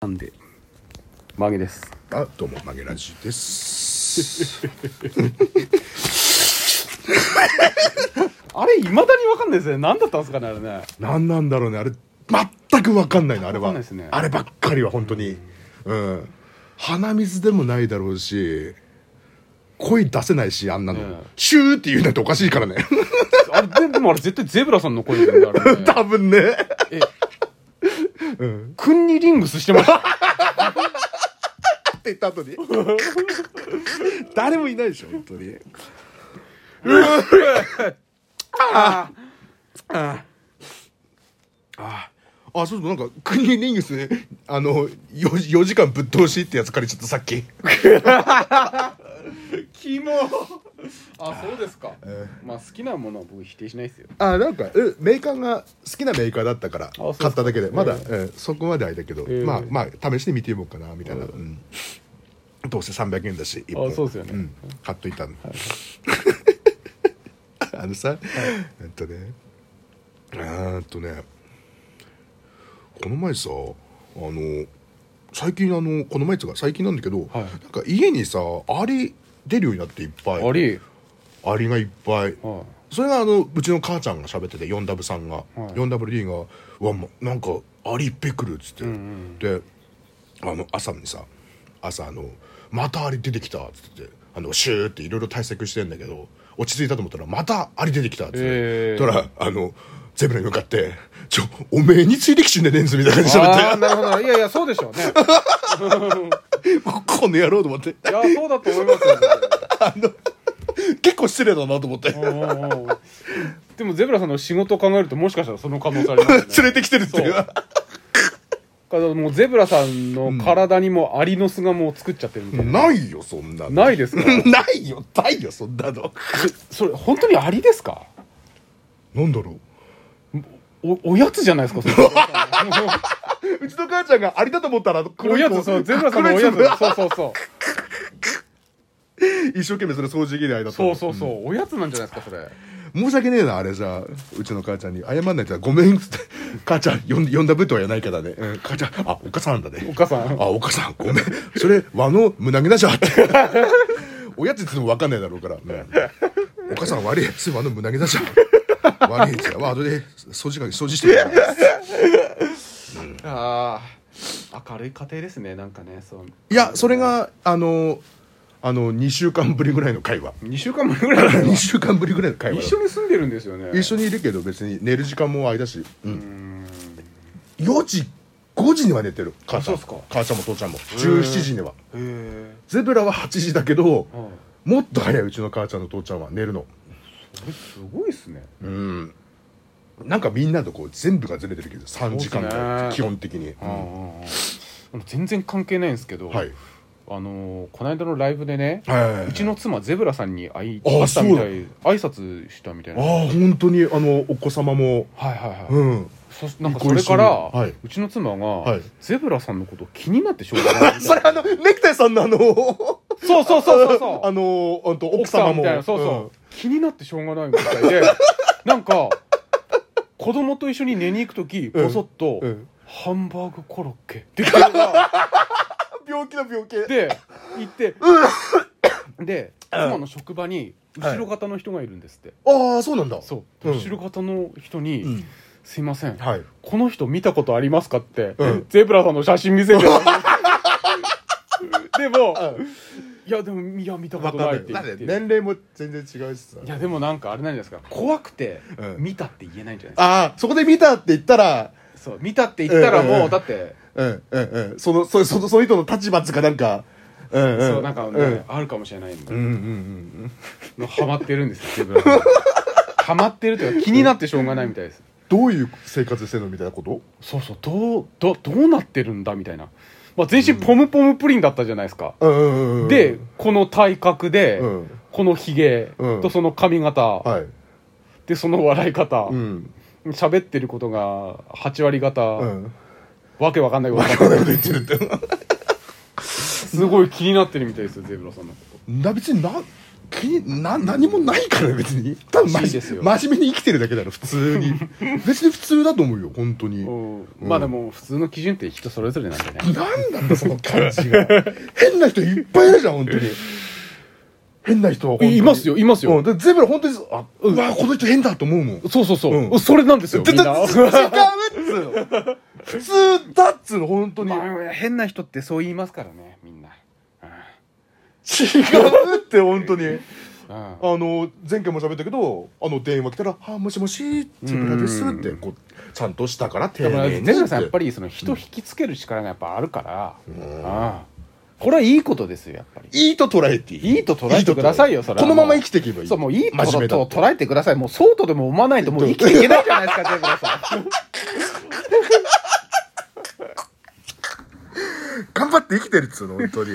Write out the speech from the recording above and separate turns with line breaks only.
なんで曲げです
あどうも曲げラジです
あれいまだに分かんないですね何だったんですかねあれね
何なんだろうねあれ全く分かんないのあれ
わか
は、
んないですね
あればっかりは本当にうん鼻水でもないだろうし声出せないしあんなの、
うん
シューって言うなんておかしいからね
あれででもあれ絶対ゼブラさんの声ですよねあれね
多分ね
え
うん
クンニリングスしてました
って言った後に 誰もいないでしょ本当にあそうそうなんかクニーリングスねあの 4, 4時間ぶっ通しってやつ借りちゃったさっき
キモあそうですか、まあ好きなものは僕否定しないですよ
あなんかうんメーカーが好きなメーカーだったから
そうですか
買っただけでまだ、
え
うんそこまであれだけど、
ええ
まあまあ試してみてみようかなみたいな、うんどうせ300円だし一本
あそうですよね
ん買っといたの、 あのさ、えっとねえーっとねこの前さあの最近あのこの前っつうか最近なんだけど、
はい
なんか家にさアリ出るようになっていっぱい
あり
アリがいっぱい
は
それがあのうちの母ちゃんが喋ってて 4W さんが、
い
4WD が「うわもうなんかアリいっぺ来る」っつって、
い、うん
であの朝にさ朝あの「またアリ出てきた」っつってあのシューっていろいろ対策してんだけど落ち着いたと思ったら「またアリ出てきた」っつって、
えー
たらあのゼブラに向かって「ちょおめえについてきちんねレンズ」みたいな
うん、
感じで
ああ
喋
なるほどいやいやそうでしょうね
って「この野郎」と思って
いやそうだと思いますよ
結構失礼だなと思って
うんうんうんでもゼブラさんの仕事を考えるともしかしたらその可能性ありますね
連れてきてるっていう
そうだからもうゼブラさんの体にもアリの巣がもう作っちゃってるみたいな、
ないよそんなの
ないですか
ないよないよそんなの
えそれ本当にアリですか
なんだろう
おおやつじゃないですかそれ
うちの母ちゃんがアリだと思ったら
おやつそうゼブラさんのおやつそうそうそう
一生懸命それ掃除嫌いだ と
そ
思
うそうそう、おやつなんじゃないですかそれ
申し訳ねえなあれじゃあうちの母ちゃんに謝んないとごめんっつって母ちゃん呼ん呼んだぶとは言わないからね、うん、母ちゃんあお母さんなんだ
お
ね
母さん
あお母さんごめんそれ和の胸毛だじゃんって おやつってのも分かんないだろうから、うんお母さん悪いそれ和の胸毛だじゃん悪いっつってわ後で掃除か掃除してる
ああ明るい家庭ですねなんかねそう
いやそれがあのあの2週間ぶりぐらいの会話
2週間前ぐらい だ
2週間ぶりぐらいの会話だ
一緒に住んでるんですよね
一緒にいるけど別に寝る時間も間し、う
うー
ん、
ん
4時5時には寝てる母ちゃ
あそう
ん
っすか
母ちゃんも父ちゃんも17時には
へえ
ゼブラは8時だけど
はい
もっと早いうちの母ちゃんの父ちゃんは寝るの
これすごいっすね
うんなんかみんなとこう全部がずれてるけど3時間ぐ
そうっ
らい
すね
基本的に、
うんうんうん俺全然関係ないんですけど、
はい
あのーこの間のライブでね、
はいう
ちの妻ゼブラさんに会い
あ
会ったみたい
そ
挨拶したみたい
あ
な
あ
はい
本当にあのお子様も
はいはい、
うん
そなんかそれから、
ご一緒にはいう
ちの妻が、
い
ゼブラさんのこと気になってしょうがないみたいな
それあのネクタイさんのあの
そうそうそうそうそう
あのあと奥
奥様
様
み
も
たいなそうそう、気になってしょうがないみた いでなんか子供と一緒に寝に行く時
うん
ぼそっと、
うんうん
ハンバーグコロッケ」って言って
病気の病気
で行ってで妻の職場に後ろ方の人がいるんですって、
ああそうなんだ
そう
うん
後ろ方の人に「
うん
すいません
はい
この人見たことありますか?」って、
うん
ゼブラさんの写真見 せてでも、
う
いやでもいや見たこ
わ
と
か
ないっ
る
て言
だっ
って
て年齢も全然違うしさ
いやでもなんかあれなんじゃないですか怖くて
うん
見たって言えないんじゃないですか、
ああそこで見たって言ったら
そう見たって言ったらもう、
うんうんうん
だって、
うんうんうんそのそそのその人の立場っつうかなんかうんうん
そうなんか、ね
うん
あるかもしれないんで、
うんうんうん
のハマってるんですよ自分はハマってるというか気になってしょうがないみたいです、
どういう生活してるのみたいなこと
そうそうどうどどうなってるんだみたいな、まあ、全身ポムポムプリンだったじゃないですか、
うんうんうんうん
でこの体格で、
うん
このひげ
うん
とその髪型、
はい
でその笑い方
うん
喋、ってることが8割方、
うん
わけわかんないこと
こんなこと言ってるって
すごい気になってるみたいですよゼブラさんのこと
な別にな気にな何もないからね別に多分
らしい
真
ですよ
真面目に生きてるだけだろ普 通に別に普通だと思うよ本当に
うんまあでも普通の基準って人それぞれなんでね
なんなんだその感じが 変な人いっぱいいるじゃん本当に変な人は本当に
いますよいますよ
うん、で全部本当にあ、うわこの人変だと思うもん
そうそうそう、
うん
それなんですよみんな
違うっつうの普通だっつうの本 当に違う
まあ変な人ってそう言いますからねみんな
って本当に
うん
あの前回も喋ったけどあの電話来たら「あもしもし」って「村です」ってこうちゃんとしたから丁
だから
寧
ゼ
に
ロさんやっぱ
り
りその人引きつける力がやっぱあるから、ああこれはいいことですよやっぱり
いいと捉えていい
いいと捉えてくださいよそれは
こ
も
の
う
まま生きていけばいい
そうもういいこ
真面目だ
と
っ
を
て
捉えてくださいもうそうとでも思わないともう生きていけないじゃないですかゼロさん
頑張って生きてるっつうの本当に